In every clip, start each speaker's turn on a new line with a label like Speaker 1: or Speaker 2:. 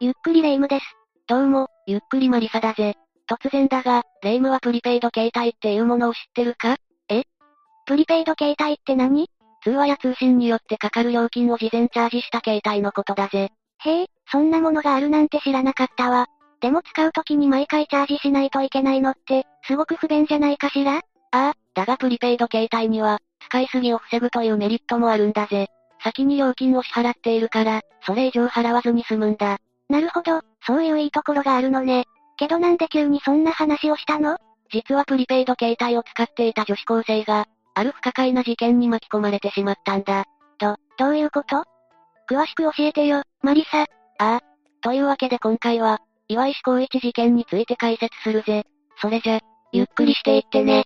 Speaker 1: ゆっくりレ夢ムです。
Speaker 2: どうも、ゆっくりマリサだぜ。突然だが、レ夢ムはプリペイド携帯っていうものを知ってるか
Speaker 1: プリペイド携帯って何
Speaker 2: 通話や通信によってかかる料金を事前チャージした携帯のことだぜ。
Speaker 1: へえ、そんなものがあるなんて知らなかったわ。でも使う時に毎回チャージしないといけないのって、すごく不便じゃないかしら
Speaker 2: ああ、だがプリペイド携帯には、使いすぎを防ぐというメリットもあるんだぜ。先に料金を支払っているから、それ以上払わずに済むんだ。
Speaker 1: なるほど、そういういいところがあるのね。けどなんで急にそんな話をしたの
Speaker 2: 実はプリペイド携帯を使っていた女子高生が、ある不可解な事件に巻き込まれてしまったんだ。
Speaker 1: どういうこと詳しく教えてよ、マリサ。
Speaker 2: というわけで今回は、岩井志一事件について解説するぜ。それじゃ、ゆっくりしていってね。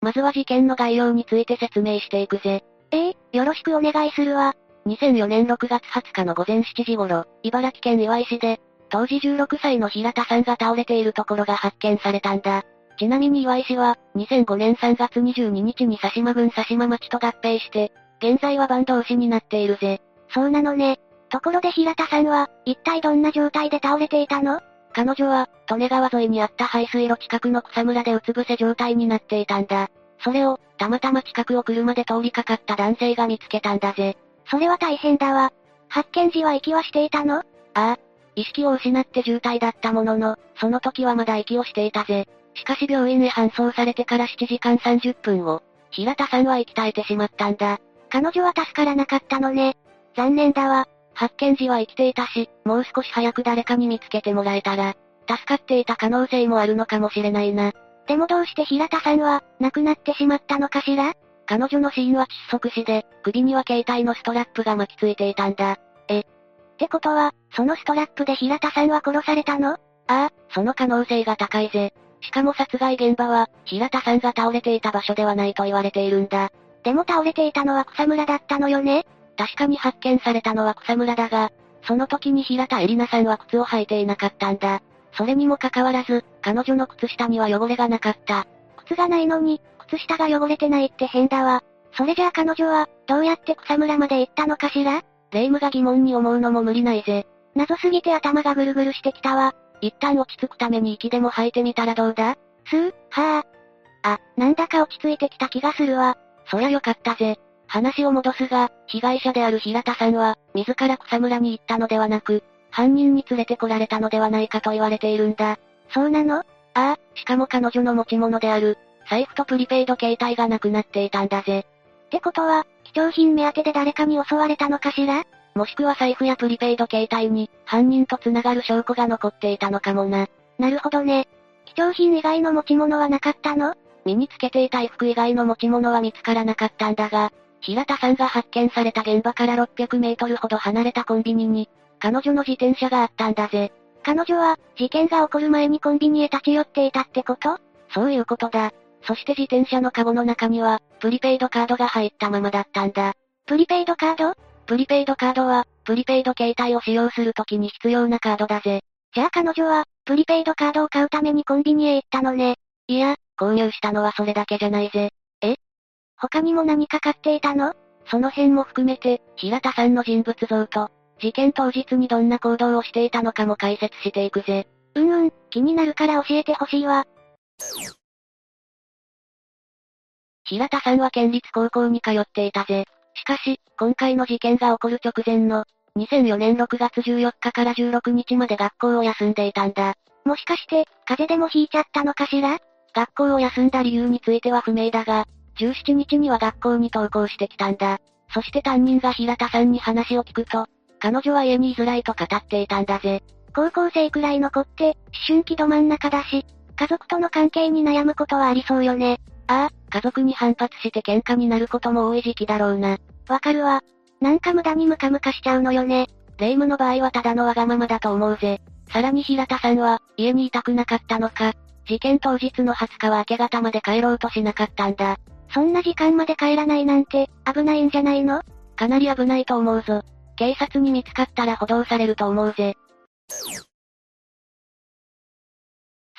Speaker 2: まずは事件の概要について説明していくぜ。
Speaker 1: ええよろしくお願いするわ。
Speaker 2: 2004年6月20日の午前7時頃、茨城県岩井市で、当時16歳の平田さんが倒れているところが発見されたんだ。ちなみに岩井市は、2005年3月22日に佐島郡佐島町と合併して、現在は坂東市になっているぜ。
Speaker 1: そうなのね。ところで平田さんは、一体どんな状態で倒れていたの
Speaker 2: 彼女は、利根川沿いにあった排水路近くの草むらでうつ伏せ状態になっていたんだ。それを、たまたま近くを車で通りかかった男性が見つけたんだぜ。
Speaker 1: それは大変だわ。発見時は息はしていたの
Speaker 2: 意識を失って重体だったものの、その時はまだ息をしていたぜ。しかし病院へ搬送されてから7時間30分後、平田さんは息絶えてしまったんだ。
Speaker 1: 彼女は助からなかったのね。残念だわ。
Speaker 2: 発見時は生きていたし、もう少し早く誰かに見つけてもらえたら、助かっていた可能性もあるのかもしれないな。
Speaker 1: でもどうして平田さんは、亡くなってしまったのかしら
Speaker 2: 彼女の死因は窒息死で、首には携帯のストラップが巻きついていたんだ。
Speaker 1: ってことは、そのストラップで平田さんは殺されたの
Speaker 2: ああ、その可能性が高いぜ。しかも殺害現場は、平田さんが倒れていた場所ではないと言われているんだ。
Speaker 1: でも倒れていたのは草むらだったのよね
Speaker 2: 確かに発見されたのは草むらだが、その時に平田エリナさんは靴を履いていなかったんだ。それにもかかわらず、彼女の靴下には汚れがなかった。
Speaker 1: 靴がないのに、靴下が汚れてないって変だわ。それじゃあ彼女は、どうやって草むらまで行ったのかしら
Speaker 2: 霊夢が疑問に思うのも無理ないぜ。
Speaker 1: 謎すぎて頭がぐるぐるしてきたわ。
Speaker 2: 一旦落ち着くために息でも吐いてみたらどうだ
Speaker 1: すー、はあ。あ、なんだか落ち着いてきた気がするわ。
Speaker 2: そりゃよかったぜ。話を戻すが、被害者である平田さんは、自ら草むらに行ったのではなく、犯人に連れてこられたのではないかと言われているんだ。
Speaker 1: そうなの
Speaker 2: ああ、しかも彼女の持ち物である、財布とプリペイド携帯がなくなっていたんだぜ。
Speaker 1: ってことは、貴重品目当てで誰かに襲われたのかしら
Speaker 2: もしくは財布やプリペイド携帯に、犯人と繋がる証拠が残っていたのかもな。
Speaker 1: なるほどね。貴重品以外の持ち物はなかったの
Speaker 2: 身につけていた衣服以外の持ち物は見つからなかったんだが、平田さんが発見された現場から600メートルほど離れたコンビニに、彼女の自転車があったんだぜ。
Speaker 1: 彼女は、事件が起こる前にコンビニへ立ち寄っていたってこと
Speaker 2: そういうことだ。そして自転車のカゴの中には、プリペイドカードが入ったままだったんだ。
Speaker 1: プリペイドカード
Speaker 2: プリペイドカードは、プリペイド携帯を使用するときに必要なカードだぜ。
Speaker 1: じゃあ彼女は、プリペイドカードを買うためにコンビニへ行ったのね。
Speaker 2: いや、購入したのはそれだけじゃないぜ。
Speaker 1: 他にも何か買っていたの
Speaker 2: その辺も含めて、平田さんの人物像と、事件当日にどんな行動をしていたのかも解説していくぜ。
Speaker 1: うんうん、気になるから教えてほしいわ。
Speaker 2: 平田さんは県立高校に通っていたぜ。しかし、今回の事件が起こる直前の、2004年6月14日から16日まで学校を休んでいたんだ。
Speaker 1: もしかして、風邪でもひいちゃったのかしら
Speaker 2: 学校を休んだ理由については不明だが、17日には学校に登校してきたんだ。そして担任が平田さんに話を聞くと、彼女は家に居づらいと語っていたんだぜ。
Speaker 1: 高校生くらいの子って、思春期ど真ん中だし、家族との関係に悩むことはありそうよね。
Speaker 2: 家族に反発して喧嘩になることも多い時期だろうな。
Speaker 1: わかるわ。なんか無駄にムカムカしちゃうのよね。
Speaker 2: 霊夢の場合はただのわがままだと思うぜ。さらに平田さんは、家にいたくなかったのか、事件当日の20日は明け方まで帰ろうとしなかったんだ。
Speaker 1: そんな時間まで帰らないなんて、危ないんじゃないの
Speaker 2: かなり危ないと思うぞ。警察に見つかったら補導されると思うぜ。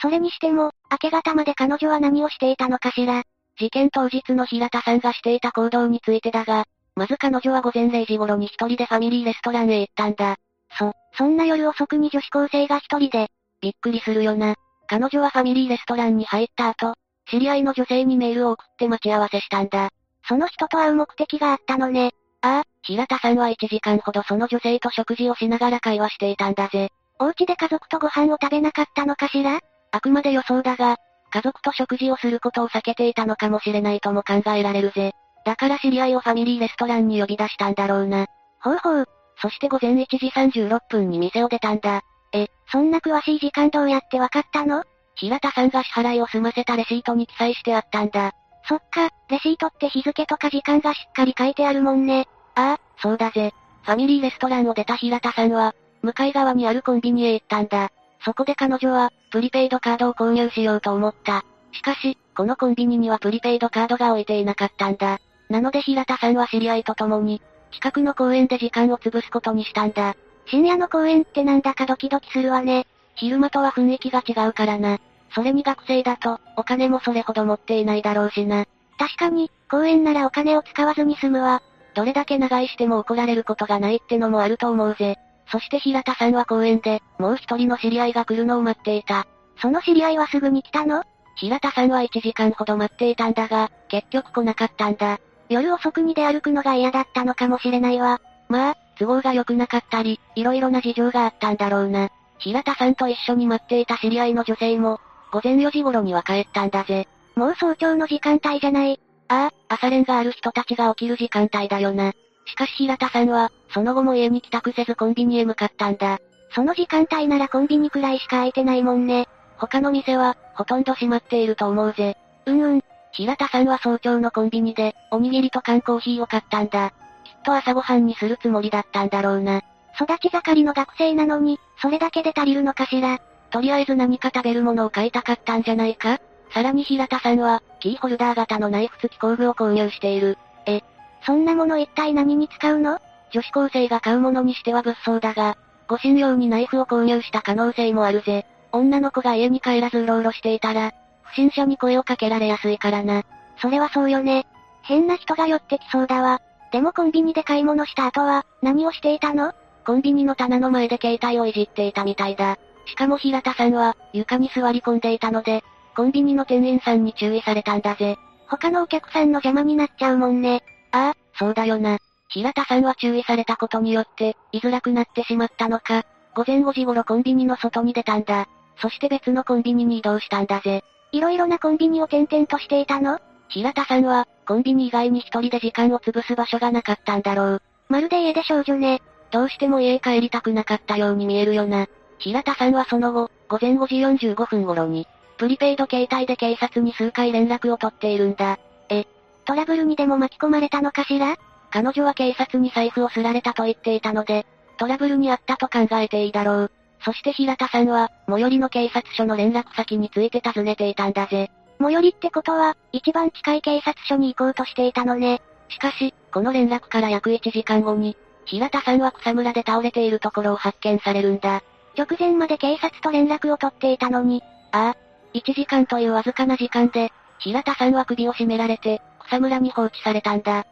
Speaker 1: それにしても、明け方まで彼女は何をしていたのかしら
Speaker 2: 事件当日の平田さんがしていた行動についてだが、まず彼女は午前0時頃に一人でファミリーレストランへ行ったんだ。
Speaker 1: そ、そんな夜遅くに女子高生が一人で、
Speaker 2: びっくりするよな。彼女はファミリーレストランに入った後、知り合いの女性にメールを送って待ち合わせしたんだ。
Speaker 1: その人と会う目的があったのね。
Speaker 2: ああ、平田さんは1時間ほどその女性と食事をしながら会話していたんだぜ。
Speaker 1: お家で家族とご飯を食べなかったのかしら
Speaker 2: あくまで予想だが、家族と食事をすることを避けていたのかもしれないとも考えられるぜ。だから知り合いをファミリーレストランに呼び出したんだろうな。
Speaker 1: ほうほう。
Speaker 2: そして午前1時36分に店を出たんだ。
Speaker 1: え、そんな詳しい時間どうやってわかったの
Speaker 2: 平田さんが支払いを済ませたレシートに記載してあったんだ。
Speaker 1: そっか、レシートって日付とか時間がしっかり書いてあるもんね。
Speaker 2: ああ、そうだぜ。ファミリーレストランを出た平田さんは、向かい側にあるコンビニへ行ったんだ。そこで彼女は、プリペイドカードを購入しようと思った。しかし、このコンビニにはプリペイドカードが置いていなかったんだ。なので平田さんは知り合いと共に、近くの公園で時間を潰すことにしたんだ。
Speaker 1: 深夜の公園ってなんだかドキドキするわね。
Speaker 2: 昼間とは雰囲気が違うからな。それに学生だと、お金もそれほど持っていないだろうしな。
Speaker 1: 確かに、公園ならお金を使わずに済むわ。
Speaker 2: どれだけ長居しても怒られることがないってのもあると思うぜ。そして平田さんは公園で、もう一人の知り合いが来るのを待っていた。
Speaker 1: その知り合いはすぐに来たの
Speaker 2: 平田さんは1時間ほど待っていたんだが、結局来なかったんだ。
Speaker 1: 夜遅くに出歩くのが嫌だったのかもしれないわ。
Speaker 2: まあ、都合が良くなかったり、色々な事情があったんだろうな。平田さんと一緒に待っていた知り合いの女性も、午前4時頃には帰ったんだぜ。
Speaker 1: もう早朝の時間帯じゃない。
Speaker 2: ああ、朝練がある人たちが起きる時間帯だよな。しかし平田さんは、その後も家に帰宅せずコンビニへ向かったんだ。
Speaker 1: その時間帯ならコンビニくらいしか空いてないもんね。
Speaker 2: 他の店は、ほとんど閉まっていると思うぜ。
Speaker 1: うんうん。
Speaker 2: 平田さんは早朝のコンビニで、おにぎりと缶コーヒーを買ったんだ。きっと朝ごはんにするつもりだったんだろうな。
Speaker 1: 育ち盛りの学生なのに、それだけで足りるのかしら。
Speaker 2: とりあえず何か食べるものを買いたかったんじゃないかさらに平田さんは、キーホルダー型のナイフ付き工具を購入している。
Speaker 1: え、そんなもの一体何に使うの
Speaker 2: 女子高生が買うものにしては物騒だが、護身用にナイフを購入した可能性もあるぜ。女の子が家に帰らずうろうろしていたら、不審者に声をかけられやすいからな。
Speaker 1: それはそうよね。変な人が寄ってきそうだわ。でもコンビニで買い物した後は、何をしていたの
Speaker 2: コンビニの棚の前で携帯をいじっていたみたいだ。しかも平田さんは、床に座り込んでいたので、コンビニの店員さんに注意されたんだぜ。
Speaker 1: 他のお客さんの邪魔になっちゃうもんね。
Speaker 2: ああ、そうだよな。平田さんは注意されたことによって、居づらくなってしまったのか、午前5時頃コンビニの外に出たんだ。そして別のコンビニに移動したんだぜ。
Speaker 1: いろいろなコンビニを転々としていたの
Speaker 2: 平田さんは、コンビニ以外に一人で時間を潰す場所がなかったんだろう。
Speaker 1: まるで家で少女ね。
Speaker 2: どうしても家へ帰りたくなかったように見えるよな。平田さんはその後、午前5時45分頃に、プリペイド携帯で警察に数回連絡を取っているんだ。
Speaker 1: え、トラブルにでも巻き込まれたのかしら
Speaker 2: 彼女は警察に財布をすられたと言っていたので、トラブルにあったと考えていいだろう。そして平田さんは、最寄りの警察署の連絡先について尋ねていたんだぜ。
Speaker 1: 最寄りってことは、一番近い警察署に行こうとしていたのね。
Speaker 2: しかし、この連絡から約1時間後に、平田さんは草むらで倒れているところを発見されるんだ。
Speaker 1: 直前まで警察と連絡を取っていたのに。
Speaker 2: ああ、1時間というわずかな時間で、平田さんは首を絞められて、草むらに放置されたんだ。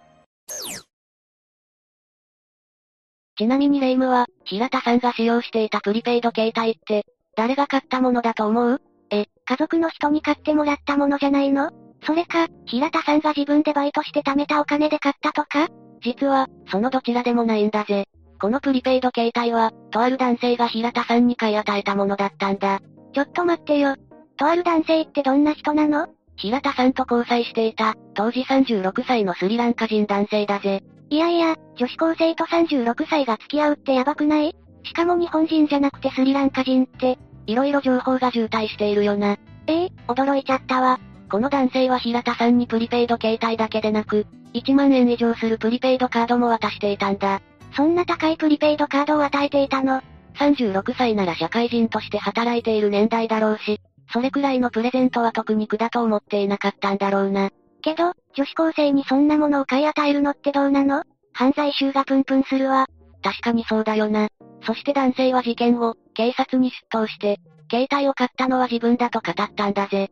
Speaker 2: ちなみにレイムは、平田さんが使用していたプリペイド携帯って、誰が買ったものだと思う
Speaker 1: え、家族の人に買ってもらったものじゃないのそれか、平田さんが自分でバイトして貯めたお金で買ったとか
Speaker 2: 実は、そのどちらでもないんだぜ。このプリペイド携帯は、とある男性が平田さんに買い与えたものだったんだ。
Speaker 1: ちょっと待ってよ。とある男性ってどんな人なの
Speaker 2: 平田さんと交際していた、当時36歳のスリランカ人男性だぜ。
Speaker 1: いやいや、女子高生と36歳が付き合うってやばくないしかも日本人じゃなくてスリランカ人って、
Speaker 2: いろいろ情報が渋滞しているよな。
Speaker 1: ええ
Speaker 2: 驚いちゃったわ。この男性は平田さんにプリペイド携帯だけでなく、1万円以上するプリペイドカードも渡していたんだ。
Speaker 1: そんな高いプリペイドカードを与えていたの。
Speaker 2: 36歳なら社会人として働いている年代だろうし、それくらいのプレゼントは特に苦だと思っていなかったんだろうな。
Speaker 1: けど、女子高生にそんなものを買い与えるのってどうなの犯罪集がプンプンするわ。
Speaker 2: 確かにそうだよな。そして男性は事件後、警察に出頭して、携帯を買ったのは自分だと語ったんだぜ。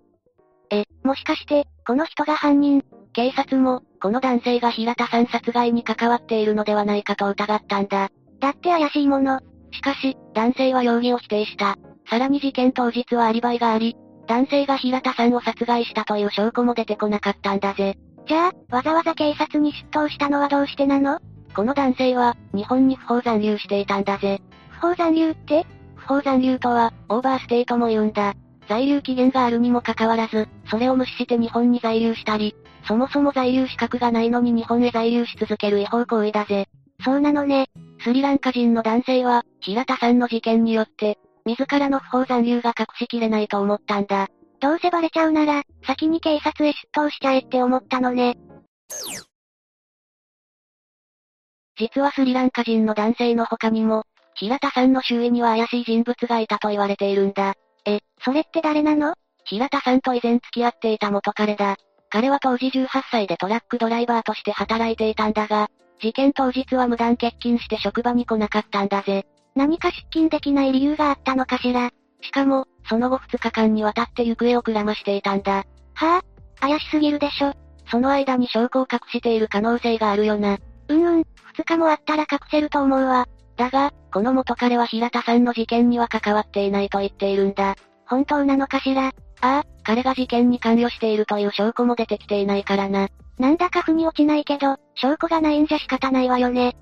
Speaker 1: え、もしかして、この人が犯人
Speaker 2: 警察も、この男性が平田さん殺害に関わっているのではないかと疑ったんだ。
Speaker 1: だって怪しいもの。
Speaker 2: しかし、男性は容疑を否定した。さらに事件当日はアリバイがあり、男性が平田さんを殺害したという証拠も出てこなかったんだぜ。
Speaker 1: じゃあ、わざわざ警察に出頭したのはどうしてなの
Speaker 2: この男性は、日本に不法残留していたんだぜ。
Speaker 1: 不法残留って
Speaker 2: 不法残留とは、オーバーステイとも言うんだ。在留期限があるにもかかわらず、それを無視して日本に在留したり、そもそも在留資格がないのに日本へ在留し続ける違法行為だぜ。
Speaker 1: そうなのね。
Speaker 2: スリランカ人の男性は、平田さんの事件によって、自らの不法残留が隠しきれないと思ったんだ。
Speaker 1: どうせバレちゃうなら、先に警察へ出頭しちゃえって思ったのね。
Speaker 2: 実はスリランカ人の男性の他にも、平田さんの周囲には怪しい人物がいたと言われているんだ。
Speaker 1: え、それって誰なの
Speaker 2: 平田さんと以前付き合っていた元彼だ。彼は当時18歳でトラックドライバーとして働いていたんだが、事件当日は無断欠勤して職場に来なかったんだぜ。
Speaker 1: 何か出勤できない理由があったのかしら
Speaker 2: しかも、その後2日間にわたって行方をくらましていたんだ。
Speaker 1: はぁ、あ、怪しすぎるでしょ。
Speaker 2: その間に証拠を隠している可能性があるよな。
Speaker 1: うんうん、二日もあったら隠せると思うわ。
Speaker 2: だが、この元彼は平田さんの事件には関わっていないと言っているんだ。
Speaker 1: 本当なのかしら
Speaker 2: ああ、彼が事件に関与しているという証拠も出てきていないからな。
Speaker 1: なんだか腑に落ちないけど、証拠がないんじゃ仕方ないわよね。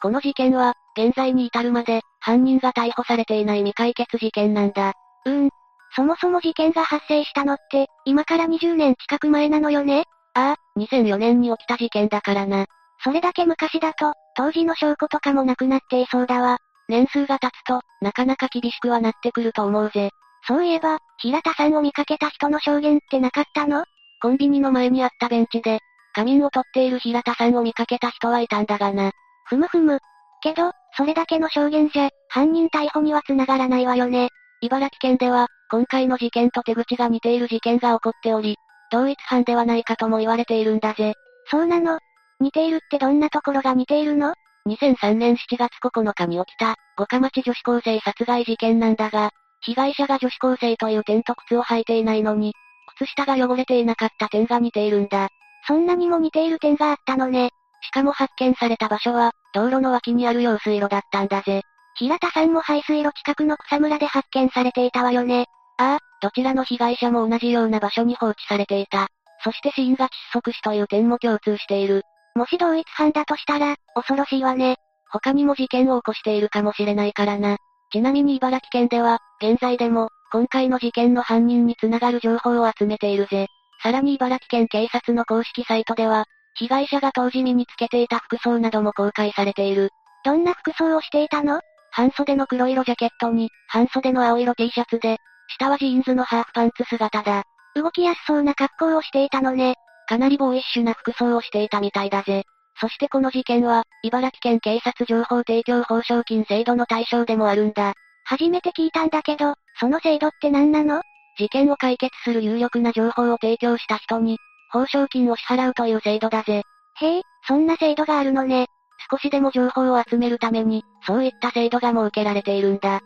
Speaker 2: この事件は、現在に至るまで、犯人が逮捕されていない未解決事件なんだ。
Speaker 1: うーん。そもそも事件が発生したのって、今から20年近く前なのよね
Speaker 2: ああ、2004年に起きた事件だからな。
Speaker 1: それだけ昔だと、当時の証拠とかもなくなっていそうだわ。
Speaker 2: 年数が経つと、なかなか厳しくはなってくると思うぜ。
Speaker 1: そういえば、平田さんを見かけた人の証言ってなかったの
Speaker 2: コンビニの前にあったベンチで、仮眠を取っている平田さんを見かけた人はいたんだがな。
Speaker 1: ふむふむ。けど、それだけの証言じゃ、犯人逮捕には繋がらないわよね。
Speaker 2: 茨城県では、今回の事件と手口が似ている事件が起こっており、同一犯ではないかとも言われているんだぜ。
Speaker 1: そうなの。似ているってどんなところが似ているの
Speaker 2: 2003年7月9日に起きた、五日町女子高生殺害事件なんだが、被害者が女子高生という点と靴を履いていないのに、靴下が汚れていなかった点が似ているんだ。
Speaker 1: そんなにも似ている点があったのね。
Speaker 2: しかも発見された場所は、道路の脇にある用水路だったんだぜ。
Speaker 1: 平田さんも排水路近くの草むらで発見されていたわよね。
Speaker 2: ああ、どちらの被害者も同じような場所に放置されていた。そして死因が窒息死という点も共通している。
Speaker 1: もし同一犯だとしたら、恐ろしいわね。
Speaker 2: 他にも事件を起こしているかもしれないからな。ちなみに茨城県では、現在でも、今回の事件の犯人に繋がる情報を集めているぜ。さらに茨城県警察の公式サイトでは、被害者が当時身につけていた服装なども公開されている。
Speaker 1: どんな服装をしていたの
Speaker 2: 半袖の黒色ジャケットに、半袖の青色 T シャツで、下はジーンズのハーフパンツ姿だ。
Speaker 1: 動きやすそうな格好をしていたのね。
Speaker 2: かなりボーイッシュな服装をしていたみたいだぜ。そしてこの事件は、茨城県警察情報提供報奨金制度の対象でもあるんだ。
Speaker 1: 初めて聞いたんだけど、その制度って何なの
Speaker 2: 事件を解決する有力な情報を提供した人に、報奨金を支払うという制度だぜ。
Speaker 1: へえ、そんな制度があるのね。
Speaker 2: 少しでも情報を集めるために、そういった制度が設けられているんだ。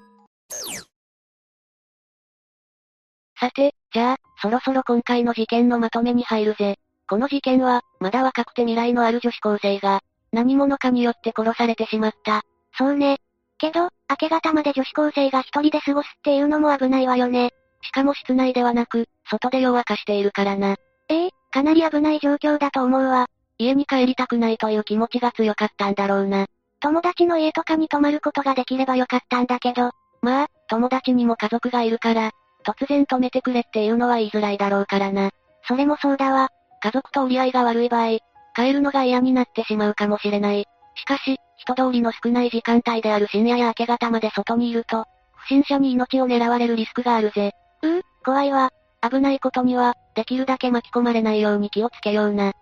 Speaker 2: さて、じゃあ、そろそろ今回の事件のまとめに入るぜ。この事件は、まだ若くて未来のある女子高生が、何者かによって殺されてしまった。
Speaker 1: そうね。けど、明け方まで女子高生が一人で過ごすっていうのも危ないわよね。
Speaker 2: しかも室内ではなく、外で夜明かしているからな。
Speaker 1: ええかなり危ない状況だと思うわ。
Speaker 2: 家に帰りたくないという気持ちが強かったんだろうな。
Speaker 1: 友達の家とかに泊まることができればよかったんだけど、
Speaker 2: まあ、友達にも家族がいるから、突然止めてくれっていうのは言いづらいだろうからな。
Speaker 1: それもそうだわ。
Speaker 2: 家族と折り合いが悪い場合、帰るのが嫌になってしまうかもしれない。しかし、人通りの少ない時間帯である深夜や明け方まで外にいると、不審者に命を狙われるリスクがあるぜ。
Speaker 1: うう、怖いわ。
Speaker 2: 危ないことには、できるだけ巻き込まれないように気をつけような。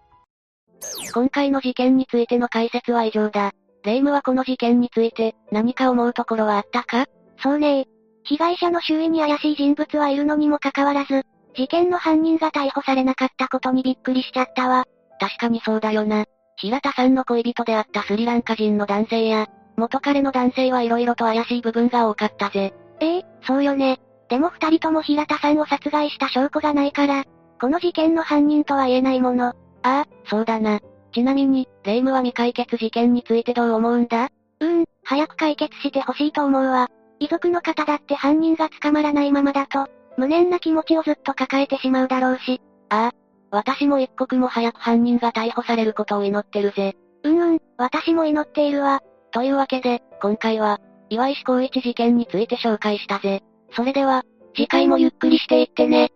Speaker 2: 今回の事件についての解説は以上だ。レイムはこの事件について、何か思うところはあったか
Speaker 1: そうねえ。被害者の周囲に怪しい人物はいるのにもかかわらず、事件の犯人が逮捕されなかったことにびっくりしちゃったわ。
Speaker 2: 確かにそうだよな。平田さんの恋人であったスリランカ人の男性や、元彼の男性は色々と怪しい部分が多かったぜ。
Speaker 1: ええそうよね。でも二人とも平田さんを殺害した証拠がないから、この事件の犯人とは言えないもの。
Speaker 2: ああ、そうだな。ちなみに、霊夢は未解決事件についてどう思うんだ
Speaker 1: うーん、早く解決してほしいと思うわ。遺族の方だって犯人が捕まらないままだと、無念な気持ちをずっと抱えてしまうだろうし。
Speaker 2: 私も一刻も早く犯人が逮捕されることを祈ってるぜ。
Speaker 1: うんうん、私も祈っているわ。
Speaker 2: というわけで、今回は、岩石光一事件について紹介したぜ。それでは、次回もゆっくりしていってね。